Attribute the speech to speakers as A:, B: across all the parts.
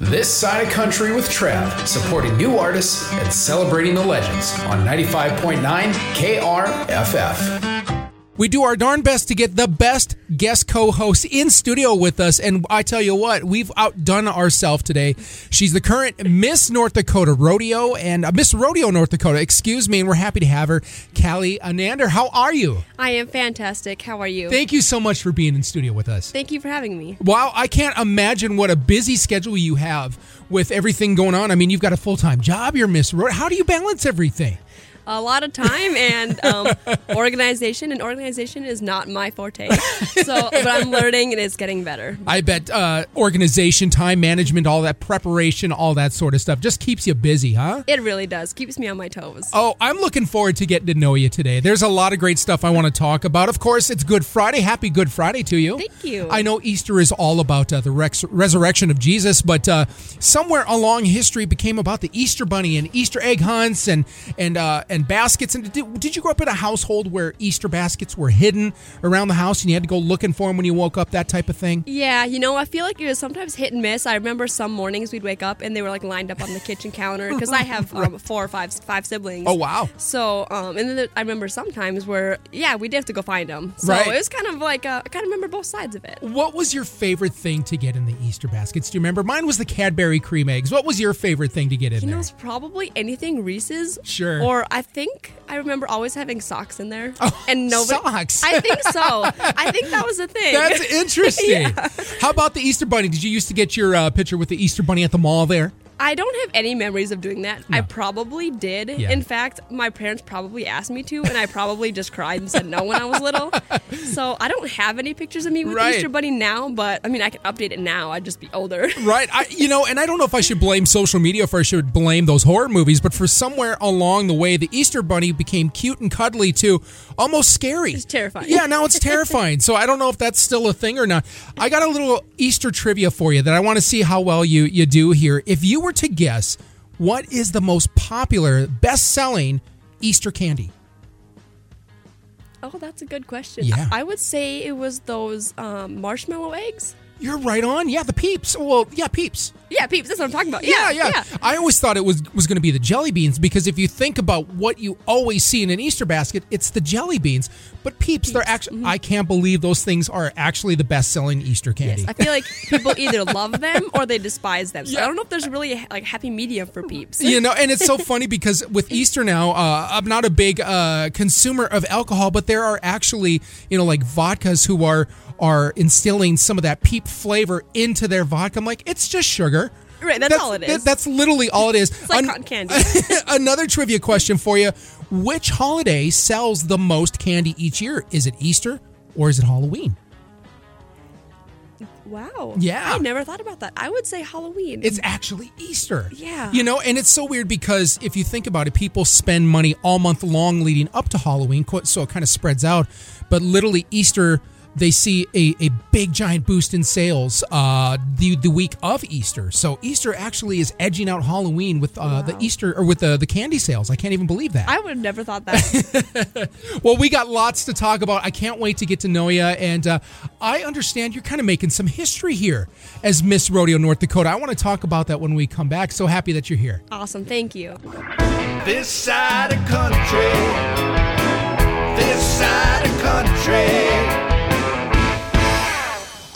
A: This side of country with Trav, supporting new artists and celebrating the legends on 95.9 KRFF.
B: We do our darn best to get the best guest co-hosts in studio with us, and I tell you what, we've outdone ourselves today. She's the current Miss North Dakota Rodeo and uh, Miss Rodeo North Dakota, excuse me, and we're happy to have her, Callie Anander. How are you?
C: I am fantastic. How are you?
B: Thank you so much for being in studio with us.
C: Thank you for having me.
B: Wow, I can't imagine what a busy schedule you have with everything going on. I mean, you've got a full-time job, you're Miss Rodeo. How do you balance everything?
C: A lot of time and um, organization, and organization is not my forte. So, but I'm learning and it's getting better.
B: I bet uh, organization, time management, all that preparation, all that sort of stuff just keeps you busy, huh?
C: It really does. Keeps me on my toes.
B: Oh, I'm looking forward to getting to know you today. There's a lot of great stuff I want to talk about. Of course, it's Good Friday. Happy Good Friday to you.
C: Thank you.
B: I know Easter is all about uh, the rex- resurrection of Jesus, but uh, somewhere along history became about the Easter bunny and Easter egg hunts and and uh, and baskets. And did, did you grow up in a household where Easter baskets were hidden around the house and you had to go looking for them when you woke up? That type of thing.
C: Yeah, you know, I feel like it was sometimes hit and miss. I remember some mornings we'd wake up and they were like lined up on the kitchen counter because I have um, four or five five siblings.
B: Oh wow.
C: So, um, and then there- I remember sometimes where yeah, we did have to go find them. So
B: Right.
C: it was kind of like uh, I kind of remember both sides of it.
B: What was your favorite thing to get in the Easter baskets? Do you remember? Mine was the Cadbury cream eggs. What was your favorite thing to get in
C: You know,
B: there?
C: it's probably anything Reese's.
B: Sure.
C: Or I think I remember always having socks in there. and nobody
B: Oh, socks.
C: I think so. I think that was the thing.
B: That's interesting. How about the Easter bunny? Did you used to get your uh, picture with the Easter bunny at the mall there?
C: I don't have any memories of doing that. I probably did.
B: Yeah.
C: In fact, my parents probably asked me to, and I probably just cried and said no when I was little. So I don't have any pictures of me with
B: Right.
C: Easter Bunny now, but I mean, I can update it now. I'd just be older.
B: Right. I, you know, and I don't know if I should blame social media or if I should blame those horror movies, but for somewhere along the way, the Easter bunny became cute and cuddly to almost scary. It's
C: terrifying.
B: Yeah, now it's terrifying. so I don't know if that's still a thing or not. I got a little Easter trivia for you that I want to see how well you, you do here. If you were to guess, what is the most popular, best selling Easter candy?
C: Oh, that's a good question.
B: Yeah.
C: I would say it was those um, marshmallow eggs.
B: You're right on. Yeah, the peeps. Well, yeah, peeps.
C: Yeah, peeps. That's what I'm talking about.
B: Yeah, yeah. I always thought it was was going to be the jelly beans because if you think about what you always see in an Easter basket, it's the jelly beans. But peeps, Mm-hmm. they're actually I can't believe those things are actually the best selling Easter candy.
C: I feel like people either love them or they despise them. So I don't know if there's really a, like happy medium for peeps.
B: you know, and it's so funny because with Easter now, uh, I'm not a big uh, consumer of alcohol, but there are actually, you know, like vodkas who are are instilling some of that peep flavor into their vodka. I'm like, it's just sugar.
C: Right, that's all it is.
B: that- that's literally all it is.
C: It's like
B: Un-
C: cotton candy.
B: Another trivia question for you. Which holiday sells the most candy each year? Is it Easter or is it Halloween?
C: Wow.
B: Yeah.
C: I never thought about that. I would say Halloween.
B: It's actually Easter.
C: Yeah.
B: You know, and it's so weird because if you think about it, people spend money all month long leading up to Halloween, qu- so it kind of spreads out. But literally, Easter, they see a, a big giant boost in sales uh, the, the week of Easter. So Easter actually is edging out Halloween with uh, the Easter or with the, the candy sales. I can't even believe that.
C: I would have never thought that.
B: Well, we got lots to talk about. I can't wait to get to know you. And uh, I understand you're kind of making some history here as Miss Rodeo North Dakota. I want to talk about that when we come back. So happy that you're here.
C: awesome. Thank you.
D: This side of country. This side of country.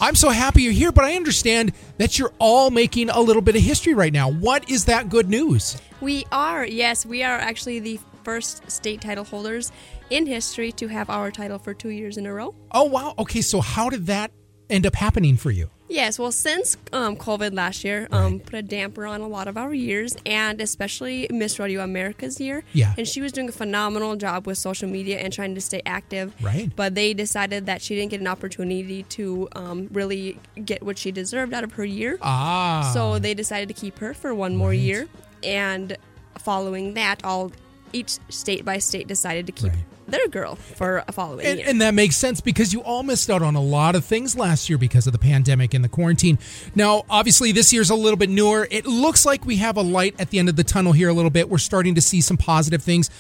B: I'm so happy you're here, but I understand that you're all making a little bit of history right now. What is that good news?
C: We are, yes, we are actually the first state title holders in history to have our title for two years in a row.
B: Oh, wow. Okay, so how did that end up happening for you?
C: Yes, well, since um, COVID last year um, put a damper on a lot of our years, and especially Miss Rodeo America's year.
B: Yeah.
C: And she was doing a phenomenal job with social media and trying to stay active.
B: Right.
C: But they decided that she didn't get an opportunity to um, really get what she deserved out of her year.
B: Ah.
C: So they decided to keep her for one more year, and following that, all each state by state decided to keep
B: Right.
C: their girl for a following
B: And,
C: year.
B: and that makes sense because you all missed out on a lot of things last year because of the pandemic and the quarantine. Now, obviously, this year's a little bit newer. It looks like we have a light at the end of the tunnel here a little bit. We're starting to see some positive things.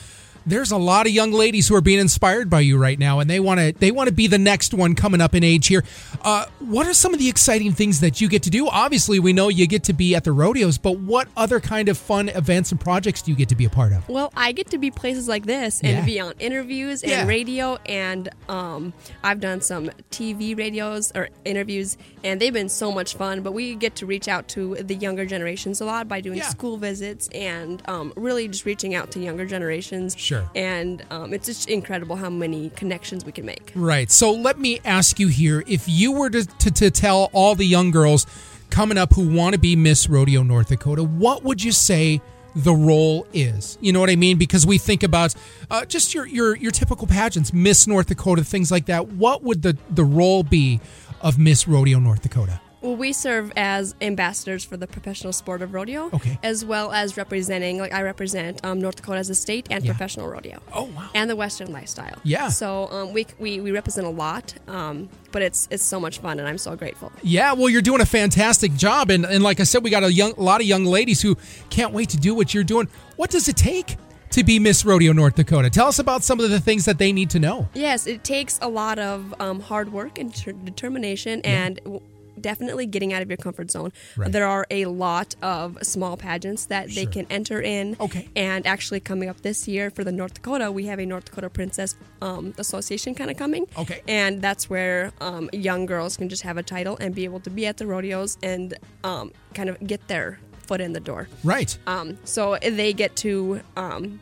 B: there's a lot of young ladies who are being inspired by you right now, and they want to they want to be the next one coming up in age here. Uh, what are some of the exciting things that you get to do? Obviously, we know you get to be at the rodeos, but what other kind of fun events and projects do you get to be a part of?
C: Well, I get to be places like this and
B: Yeah.
C: be on interviews and
B: Yeah.
C: radio, and um, I've done some TV radios or interviews, and they've been so much fun. But we get to reach out to the younger generations a lot by doing
B: Yeah.
C: school visits and um, really just reaching out to younger generations.
B: Sure.
C: And um, it's just incredible how many connections we can make.
B: Right. So let me ask you here if you were to, to, to tell all the young girls coming up who want to be Miss Rodeo North Dakota, what would you say the role is? You know what I mean? Because we think about uh, just your, your, your typical pageants, Miss North Dakota, things like that. What would the, the role be of Miss Rodeo North Dakota?
C: Well, we serve as ambassadors for the professional sport of rodeo,
B: Okay.
C: as well as representing, like I represent um, North Dakota as a state and
B: Yeah.
C: professional rodeo.
B: Oh, wow.
C: And the Western lifestyle.
B: Yeah.
C: So um, we, we we represent a lot, um, but it's it's so much fun, and I'm so grateful.
B: Yeah, well, you're doing a fantastic job, and, and like I said, we got a young, a lot of young ladies who can't wait to do what you're doing. What does it take to be Miss Rodeo North Dakota? Tell us about some of the things that they need to know.
C: Yes, it takes a lot of um, hard work and ter- determination and w- definitely getting out of your comfort zone.
B: Right.
C: There are a lot of small pageants that they can enter in.
B: Okay.
C: And actually, coming up this year for the North Dakota, we have a North Dakota Princess um, Association kind of coming.
B: Okay.
C: And that's where um, young girls can just have a title and be able to be at the rodeos and um, kind of get their foot in the door.
B: Right.
C: Um, so they get to um,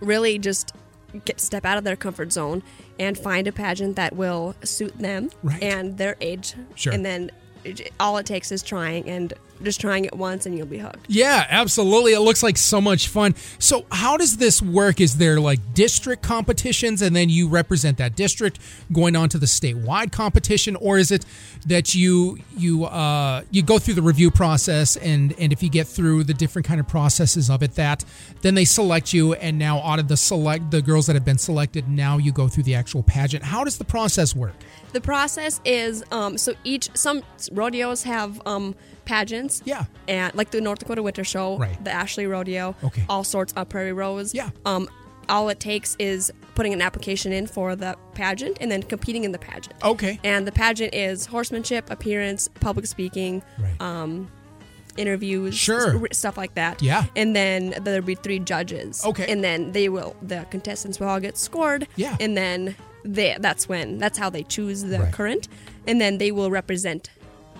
C: really just get, step out of their comfort zone and find a pageant that will suit them
B: Right.
C: and their age.
B: Sure.
C: And then it- all it takes is trying and just trying it once and you'll be hooked.
B: Yeah, absolutely. It looks like so much fun. So, how does this work? Is there like district competitions and then you represent that district going on to the statewide competition or is it that you you uh you go through the review process and and if you get through the different kind of processes of it that then they select you and now out of the select the girls that have been selected now you go through the actual pageant. How does the process work?
C: The process is um, so each some rodeos have um, pageants.
B: Yeah.
C: And like the North Dakota Winter Show,
B: Right.
C: the Ashley Rodeo,
B: Okay.
C: all sorts of Prairie Rose.
B: Yeah.
C: Um, all it takes is putting an application in for the pageant and then competing in the pageant.
B: Okay.
C: And the pageant is horsemanship, appearance, public speaking,
B: Right.
C: interviews,
B: Sure.
C: s- stuff like that.
B: Yeah.
C: And then there'll be three judges.
B: Okay.
C: And then they will the contestants will all get scored.
B: Yeah.
C: And then they that's when that's how they choose the
B: Right.
C: current, and then they will represent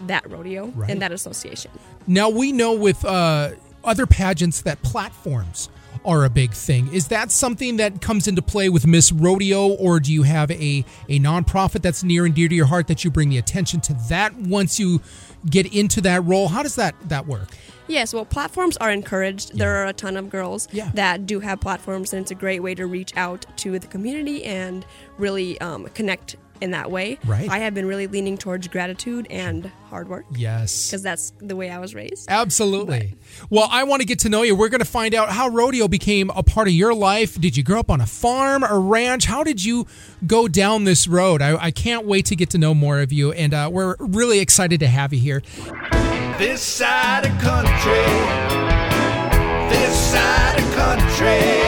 C: that rodeo
B: Right.
C: and that association.
B: Now we know with uh, other pageants that platforms are a big thing. Is that something that comes into play with Miss Rodeo, or do you have a a nonprofit that's near and dear to your heart that you bring the attention to that once you get into that role? How does that that work?
C: Yes, well, platforms are encouraged. There are a ton of girls
B: Yeah.
C: that do have platforms, and it's a great way to reach out to the community and really um, connect in that way.
B: Right.
C: I have been really leaning towards gratitude and hard work
B: Yes.
C: because that's the way I was raised.
B: Absolutely. Well, I want to get to know you. We're going to find out how rodeo became a part of your life. Did you grow up on a farm, a ranch? How did you go down this road? I, I can't wait to get to know more of you, and uh, we're really excited to have you here.
D: This side of country. This side of country.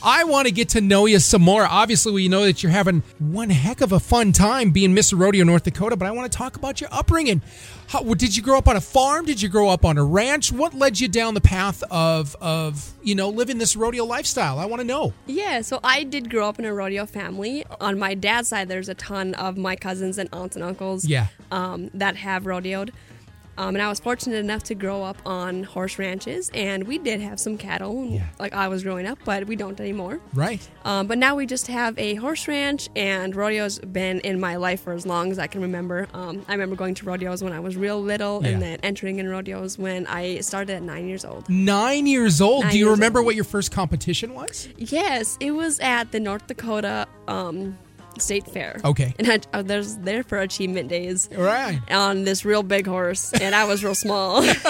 B: I want to get to know you some more. Obviously, we know that you're having one heck of a fun time being Miss Rodeo North Dakota, but I want to talk about your upbringing. How, well, did you grow up on a farm? Did you grow up on a ranch? What led you down the path of of you know living this rodeo lifestyle? I want to know.
C: Yeah, so I did grow up in a rodeo family. On my dad's side, there's a ton of my cousins and aunts and uncles
B: Yeah.
C: um, that have rodeoed. Um, and I was fortunate enough to grow up on horse ranches, and we did have some cattle,
B: Yeah.
C: like I was growing up, but we don't anymore.
B: Right.
C: Um, but now we just have a horse ranch, and rodeo's been in my life for as long as I can remember. Um, I remember going to rodeos when I was real little,
B: Yeah. Mm.
C: and then entering in rodeos when I started at nine years old.
B: Nine years old.
C: Nine
B: Do you
C: years
B: remember
C: old.
B: what your first competition was?
C: Yes, it was at the North Dakota um, State Fair.
B: Okay.
C: And I, I was there for achievement days
B: Right.
C: on this real big horse, and I was real small.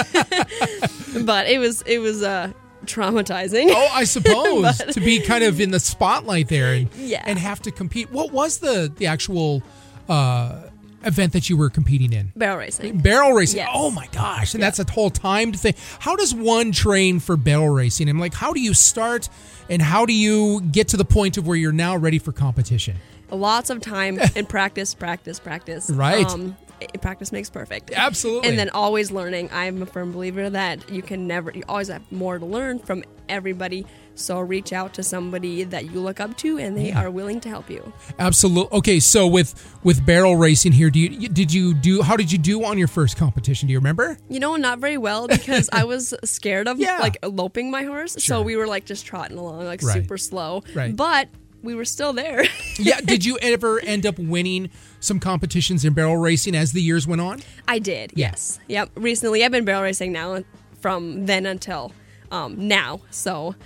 C: but it was it was uh, traumatizing.
B: Oh, I suppose to be kind of in the spotlight there and
C: Yeah.
B: and have to compete. What was the the actual uh, event that you were competing in?
C: Barrel racing.
B: Barrel racing.
C: Yes.
B: Oh my gosh. And that's a whole timed thing. How does one train for barrel racing? I'm like, how do you start and how do you get to the point of where you're now ready for competition?
C: Lots of time and practice, practice, practice.
B: Right.
C: i- practice makes perfect.
B: Absolutely.
C: And then always learning. I'm a firm believer that you can never, you always have more to learn from everybody. So reach out to somebody that you look up to and they are willing to help you.
B: Absolutely. Okay, so with with barrel racing here, do you did you do how did you do on your first competition? Do you remember?
C: You know, not very well because I was scared of
B: Yeah.
C: like loping my horse.
B: Sure.
C: So we were like just trotting along like
B: Right.
C: super slow.
B: Right.
C: But we were still there.
B: Yeah, did you ever end up winning some competitions in barrel racing as the years went on?
C: I did.
B: Yeah.
C: Yes. Yep. Recently, I've been barrel racing now from then until um, now. So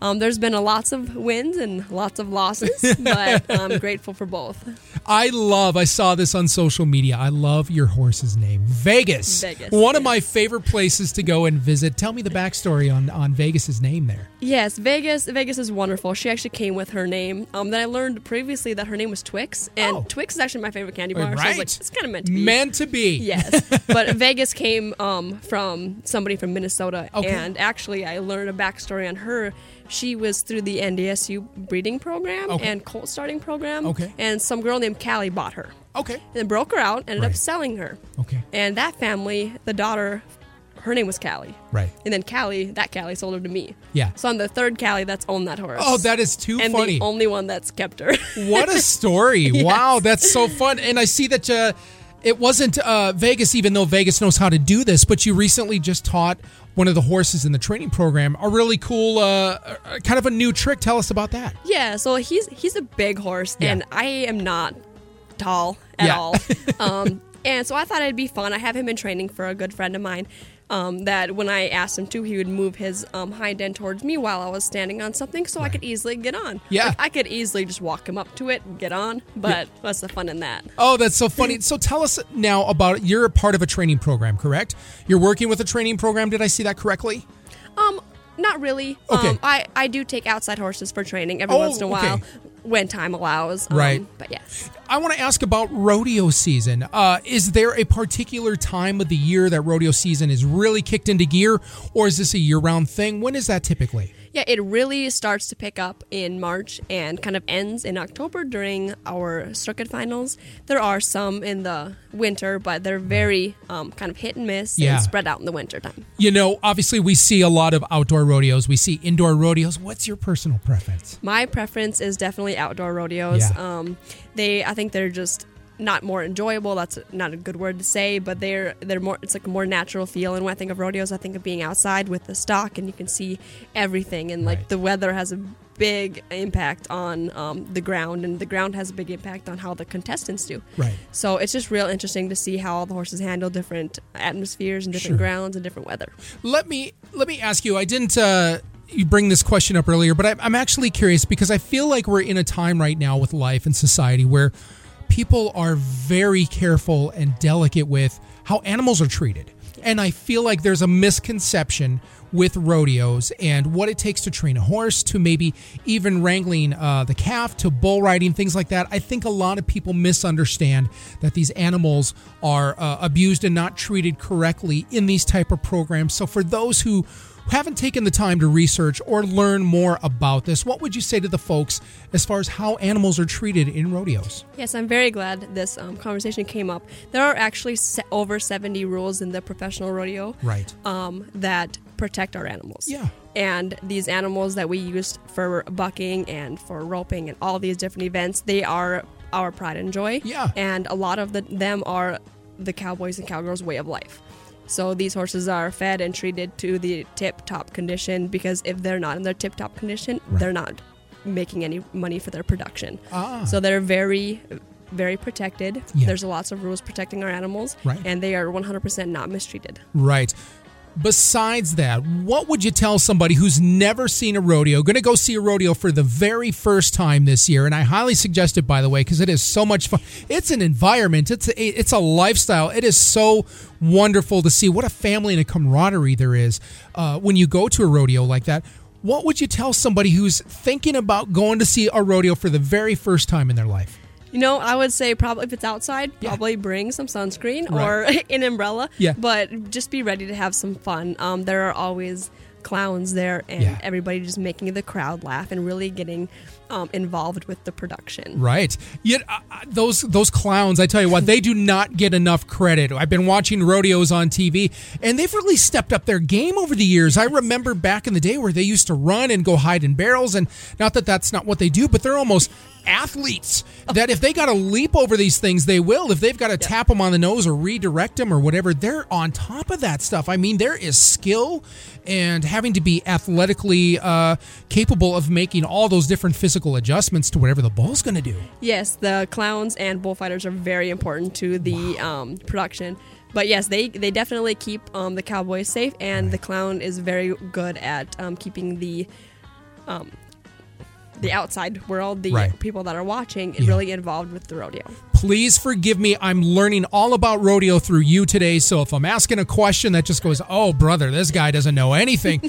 C: um, there's been a lots of wins and lots of losses, but I'm grateful for both.
B: I love, I saw this on social media. I love your horse's name, Vegas.
C: Vegas,
B: One of
C: yes.
B: my favorite places to go and visit. Tell me the backstory on, on Vegas's name there.
C: Yes, Vegas. Vegas is wonderful. She actually came with her name. Um, then I learned previously that her name was Twix, and
B: Oh.
C: Twix is actually my favorite candy bar. So I was like, it's kind of meant to be.
B: Meant to be.
C: Yes, but Vegas came um, from somebody from Minnesota,
B: Okay.
C: and actually, I learned a backstory on her. She was through the NDSU breeding program
B: Okay.
C: and colt starting program,
B: Okay.
C: and some girl named Callie bought her
B: Okay.
C: and broke her out, ended
B: Right.
C: up selling her.
B: Okay.
C: And that family, the daughter, her name was Callie.
B: Right.
C: And then Callie, that Callie sold her to me.
B: Yeah.
C: So I'm the third Callie that's owned that horse.
B: Oh, that is too
C: and
B: funny.
C: the only one that's kept her.
B: what a story. Wow, that's so fun. And I see that uh, it wasn't uh, Vegas, even though Vegas knows how to do this, but you recently just taught one of the horses in the training program a really cool, uh, uh, kind of a new trick. Tell us about that.
C: Yeah, so he's he's a big horse,
B: Yeah.
C: and I am not tall at
B: Yeah.
C: all. Um, and so I thought it'd be fun. I have him in training for a good friend of mine. Um, that when I asked him to, he would move his um, hind end towards me while I was standing on something, so I could easily get on.
B: Yeah.
C: Like, I could easily just walk him up to it, and get on. But what's the fun in that?
B: Oh, that's so funny. So tell us now about you're a part of a training program, correct? You're working with a training program. Did I see that correctly?
C: Um, not really.
B: Okay.
C: Um, I I do take outside horses for training every
B: Oh,
C: once in a while
B: okay.
C: when time allows. Um,
B: Right.
C: But yes.
B: I want to ask about rodeo season. Uh, is there a particular time of the year that rodeo season is really kicked into gear, or is this a year-round thing? When is that typically?
C: Yeah, it really starts to pick up in March and kind of ends in October during our circuit finals. There are some in the winter, but they're very um, kind of hit and miss
B: Yeah.
C: and spread out in the wintertime.
B: You know, obviously we see a lot of outdoor rodeos. We see indoor rodeos. What's your personal preference?
C: My preference is definitely outdoor rodeos.
B: Yeah.
C: Um, they, I think they're just not more enjoyable. That's not a good word to say, but they're they're more. It's like a more natural feel. And when I think of rodeos, I think of being outside with the stock, and you can see everything. And like
B: Right.
C: the weather has a big impact on um, the ground, and the ground has a big impact on how the contestants do.
B: Right.
C: So it's just real interesting to see how all the horses handle different atmospheres and different
B: Sure.
C: grounds and different weather.
B: Let me let me ask you. I didn't uh, you bring this question up earlier, but I, I'm actually curious because I feel like we're in a time right now with life and society where people are very careful and delicate with how animals are treated, and I feel like there's a misconception with rodeos and what it takes to train a horse to maybe even wrangling uh, the calf to bull riding things like that i think a lot of people misunderstand that these animals are uh, abused and not treated correctly in these type of programs so for those who haven't taken the time to research or learn more about this what would you say to the folks as far as how animals are treated in rodeos
C: Yes, I'm very glad this um, conversation came up. There are actually se- over 70 rules in the professional rodeo
B: right
C: um, that protect our animals.
B: Yeah.
C: And these animals that we use for bucking and for roping and all these different events, they are our pride and joy.
B: Yeah.
C: And a lot of the, them are the cowboys and cowgirls' way of life. So these horses are fed and treated to the tip top condition because if they're not in their tip top condition, they're not making any money for their production.
B: Ah.
C: So they're very, very protected.
B: Yeah.
C: There's lots of rules protecting our animals,
B: Right.
C: and they are 100% not mistreated.
B: Right. Besides that, what would you tell somebody who's never seen a rodeo, going to go see a rodeo for the very first time this year? And I highly suggest it, by the way, because it is so much fun. It's an environment. It's a, it's a lifestyle. It is so wonderful to see what a family and a camaraderie there is uh, when you go to a rodeo like that. What would you tell somebody who's thinking about going to see a rodeo for the very first time in their life?
C: You know, I would say probably if it's outside,
B: Yeah.
C: probably bring some sunscreen or
B: Right.
C: an umbrella.
B: Yeah.
C: But just be ready to have some fun. Um, there are always clowns there, and
B: Yeah.
C: everybody just making the crowd laugh and really getting um, involved with the production.
B: Right. Yet uh, uh, those those clowns, I tell you what, they do not get enough credit. I've been watching rodeos on TV, and they've really stepped up their game over the years. I remember back in the day where they used to run and go hide in barrels, and not that that's not what they do, but they're almost athletes that if they got to leap over these things they will if they've got to tap them on the nose or redirect them or whatever they're on top of that stuff i mean there is skill and having to be athletically uh, capable of making all those different physical adjustments to whatever the ball's going to do
C: Yes, the clowns and bullfighters are very important to the um, production. But yes, they, they definitely keep um, the cowboys safe, and the clown is very good at um, keeping the um, the outside world, the
B: Right.
C: people that are watching, really involved with the rodeo.
B: please forgive me. I'm learning all about rodeo through you today. So if I'm asking a question that just goes, oh, brother, this guy doesn't know anything,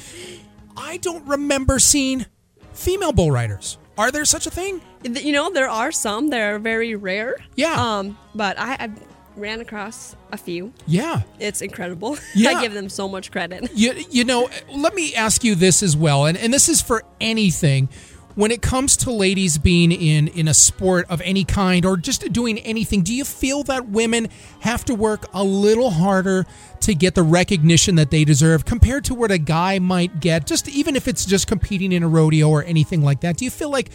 B: I don't remember seeing female bull riders. Are there such a thing?
C: Th- You know, there are some; they're very rare.
B: Yeah.
C: Um, but I, I ran across a few.
B: Yeah.
C: It's incredible.
B: Yeah.
C: I give them so much credit.
B: You, you know, let me ask you this as well, and, and this is for anything. When it comes to ladies being in, in a sport of any kind or just doing anything, do you feel that women have to work a little harder to get the recognition that they deserve compared to what a guy might get, just even if it's just competing in a rodeo or anything like that? Do you feel like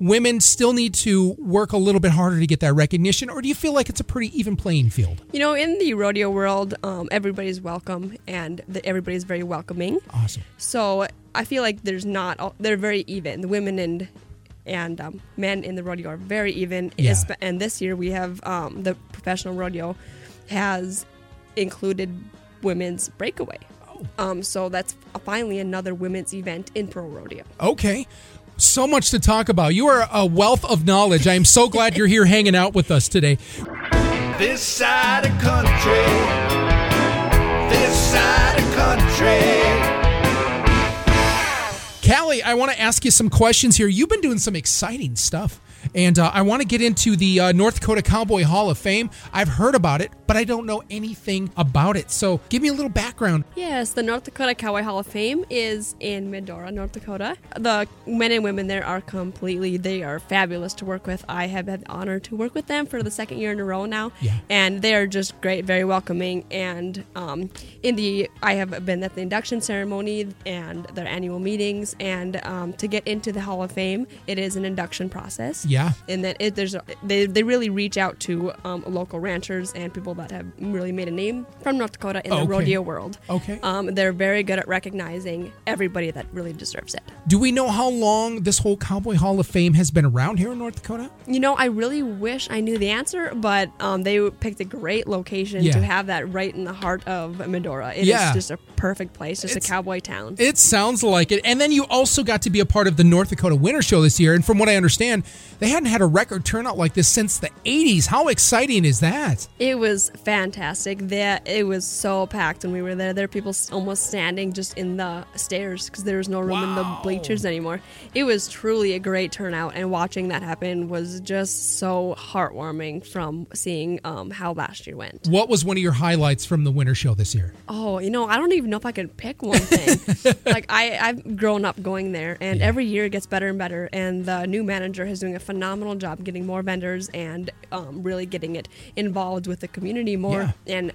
B: women still need to work a little bit harder to get that recognition, or do you feel like it's a pretty even playing field?
C: You know, in the rodeo world, um, everybody's welcome, and the, everybody's very welcoming.
B: Awesome.
C: So I feel like there's not all, they're very even. The women and and um, men in the rodeo are very even.
B: Yeah.
C: Espe- And this year we have um, the professional rodeo has included women's breakaway. Um, so that's finally another women's event in pro rodeo.
B: Okay. So much to talk about. You are a wealth of knowledge. I am so glad you're here hanging out with us today.
D: This side of country. This side of country.
B: Callie, I want to ask you some questions here. You've been doing some exciting stuff, and uh, I want to get into the uh, North Dakota Cowboy Hall of Fame. I've heard about it, but I don't know anything about it. So give me a little background.
C: Yes, the North Dakota Cowboy Hall of Fame is in Medora, North Dakota. The men and women there are completely, they are fabulous to work with. I have had the honor to work with them for the second year in a row now.
B: Yeah.
C: And they are just great, very welcoming. And um, in the, I have been at the induction ceremony and their annual meetings. And um, to get into the Hall of Fame, it is an induction process
B: Yeah.
C: and then it, there's they, they really reach out to um, local ranchers and people that have really made a name from North Dakota in
B: Oh, Okay.
C: the rodeo world.
B: Okay.
C: Um, they're very good at recognizing everybody that really deserves it.
B: Do we know how long this whole Cowboy Hall of Fame has been around here in North Dakota?
C: You know, I really wish I knew the answer, but um, they picked a great location
B: Yeah.
C: to have that right in the heart of Medora. It is
B: Yeah.
C: just a perfect place, just
B: It's-
C: a cowboy town.
B: It sounds like it. And then you also got to be a part of the North Dakota Winter Show this year. And from what I understand, they hadn't had a record turnout like this since the 80s. How exciting is that?
C: It was fantastic. That it was so packed when we were there. There were people s- almost standing just in the stairs because there was no room in the
B: Wow.
C: bleachers anymore. It was truly a great turnout, and watching that happen was just so heartwarming. From seeing um, how last year went.
B: What was one of your highlights from the Winter Show this year?
C: Oh, you know, I don't even know if I can pick one thing. like I, I've grown up going there, and every year it gets better and better. And the new manager is doing a phenomenal job getting more vendors and um, really getting it involved with the community more and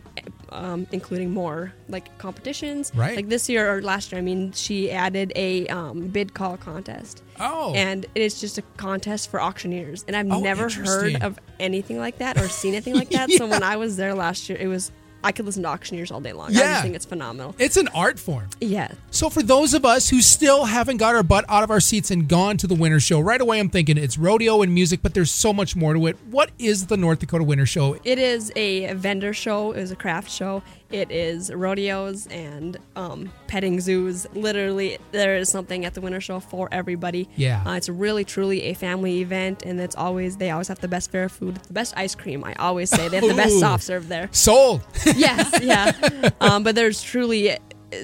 C: um, including more like competitions.
B: Right.
C: Like this year or last year, I mean, she added a um, bid call contest.
B: Oh.
C: And it's just a contest for auctioneers, and I've
B: Oh,
C: never
B: interesting.
C: heard of anything like that or seen anything like that. So when I was there last year, it was. I could listen to auctioneers all day long. I
B: Yeah.
C: just think it's phenomenal.
B: It's an art form.
C: Yeah.
B: So, for those of us who still haven't got our butt out of our seats and gone to the Winter Show, right away I'm thinking it's rodeo and music, but there's so much more to it. What is the North Dakota Winter Show?
C: It is a vendor show. It is a craft show. It is rodeos and um, petting zoos. Literally, there is something at the winter show for everybody.
B: Yeah.
C: Uh, it's really, truly a family event, and it's always they always have the best fair food, the best ice cream. I always say they have the
B: Ooh.
C: best soft serve there.
B: Sold.
C: yes, yeah. Um, but there's truly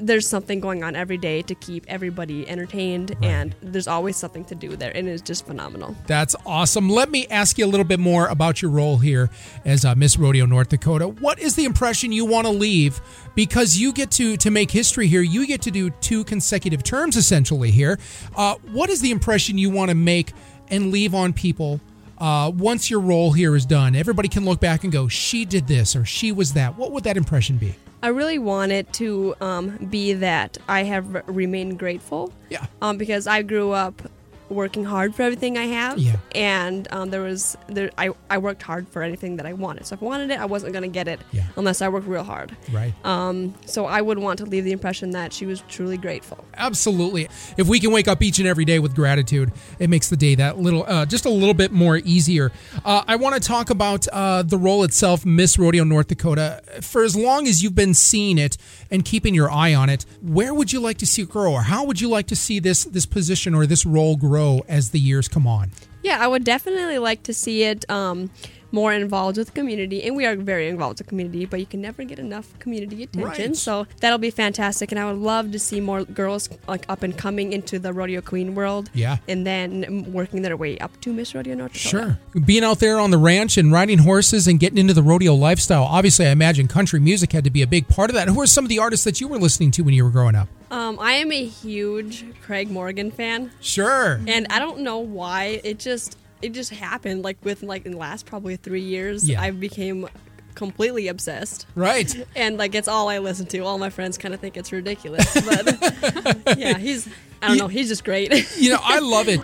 C: there's something going on every day to keep everybody entertained, and there's always something to do there, and it's just phenomenal.
B: That's awesome. Let me ask you a little bit more about your role here as uh, Miss Rodeo North Dakota. What is the impression you want to leave? Because you get to to make history here. You get to do two consecutive terms essentially here. Uh, what is the impression you want to make and leave on people? Uh, once your role here is done, everybody can look back and go, "She did this" or "She was that." What would that impression be?
C: I really want it to um, be that I have r- remained grateful.
B: Yeah.
C: Um, because I grew up working hard for everything I have.
B: Yeah.
C: And um, there was there I, I worked hard for anything that I wanted. So if I wanted it, I wasn't gonna get it
B: Yeah.
C: unless I worked real hard.
B: Right.
C: Um, so I would want to leave the impression that she was truly grateful.
B: Absolutely. If we can wake up each and every day with gratitude, it makes the day that little, uh, just a little bit more easier. Uh, I want to talk about uh, the role itself, Miss Rodeo North Dakota. For as long as you've been seeing it and keeping your eye on it, where would you like to see it grow, or how would you like to see this this position or this role grow as the years come on?
C: Yeah, I would definitely like to see it um, more involved with community, and we are very involved with community. But you can never get enough community attention,
B: Right.
C: so that'll be fantastic. And I would love to see more girls like up and coming into the rodeo queen world.
B: Yeah.
C: and then um, working their way up to Miss Rodeo North Dakota.
B: Sure. Being out there on the ranch and riding horses and getting into the rodeo lifestyle, obviously, I imagine country music had to be a big part of that. Who are some of the artists that you were listening to when you were growing up?
C: Um, I am a huge Craig Morgan fan,
B: Sure.
C: and I don't know why it just it just happened. Like within like in the last probably three years,
B: Yeah.
C: I became completely obsessed.
B: Right.
C: and like it's all I listen to. All my friends kind of think it's ridiculous, but yeah, he's I don't know, he's just great.
B: You know, I love it.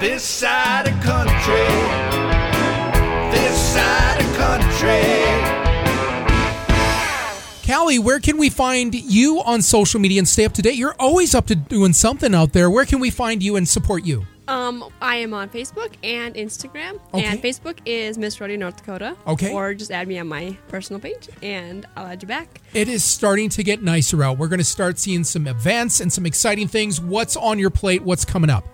D: This side of country. This side of country.
B: Callie, where can we find you on social media and stay up to date? You're always up to doing something out there. Where can we find you and support you?
C: um, I am on Facebook and Instagram,
B: Okay.
C: and Facebook is Miss Rodeo North Dakota.
B: Okay.
C: or just add me on my personal page, and I'll add you back.
B: It is starting to get nicer out. We're going to start seeing some events and some exciting things. What's on your plate? What's coming up?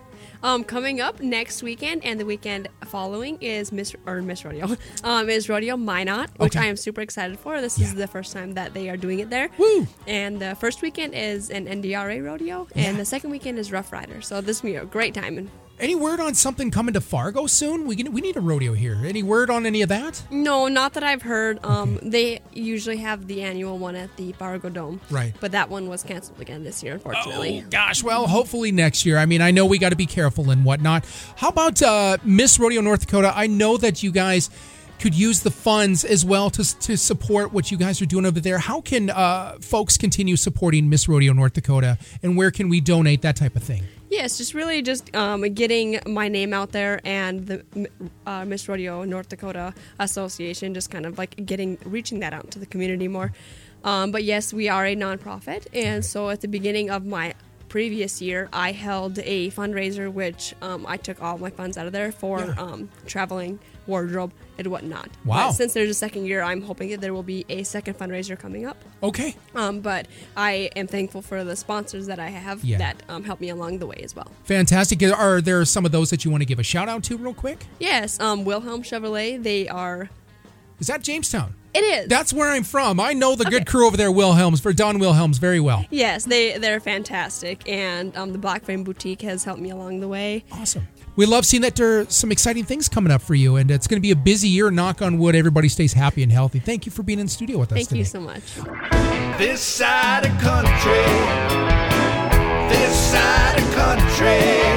C: Um, coming up next weekend and the weekend following is Miss or Miss Rodeo, um, is Rodeo Minot, which
B: Okay.
C: I am super excited for. This is
B: Yeah.
C: the first time that they are doing it there.
B: Woo.
C: And the first weekend is an NDRA rodeo, and the second weekend is Rough Rider. So this will be a great time. And
B: Any word on something coming to Fargo soon? We can, we need a rodeo here. Any word on any of that?
C: No, not that I've heard. Um, They usually have the annual one at the Bargo Dome.
B: Right.
C: But that one was canceled again this year, unfortunately.
B: Oh, gosh. Well, hopefully next year. I mean, I know we got to be careful and whatnot. How about uh, Miss Rodeo North Dakota? I know that you guys could use the funds as well to, to support what you guys are doing over there. How can uh, folks continue supporting Miss Rodeo North Dakota and where can we donate that type of thing?
C: Yeah, it's just really just um, getting my name out there and the uh, Miss Rodeo North Dakota Association, just kind of like getting reaching that out to the community more. Um, but yes, we are a nonprofit, and so at the beginning of my previous year, I held a fundraiser, which um, I took all my funds out of there for
B: Yeah.
C: um, traveling, wardrobe, and whatnot.
B: Wow.
C: But since there's a second year, I'm hoping that there will be a second fundraiser coming up.
B: Okay.
C: Um, but I am thankful for the sponsors that I have
B: Yeah.
C: that um, help me along the way as well.
B: Fantastic. Are there some of those that you want to give a shout out to real quick?
C: Yes, um, Wilhelm Chevrolet. They are.
B: Is that Jamestown?
C: It is.
B: That's where I'm from. I know the good crew over there, Wilhelms, for Don Wilhelms, very well.
C: yes, they they're fantastic, and um, the Black Frame Boutique has helped me along the way.
B: Awesome. We love seeing that there are some exciting things coming up for you, and it's going to be a busy year. Knock on wood, everybody stays happy and healthy. Thank you for being in the studio with us
C: Thank
B: today.
C: you so much.
D: This side of country. This side of country.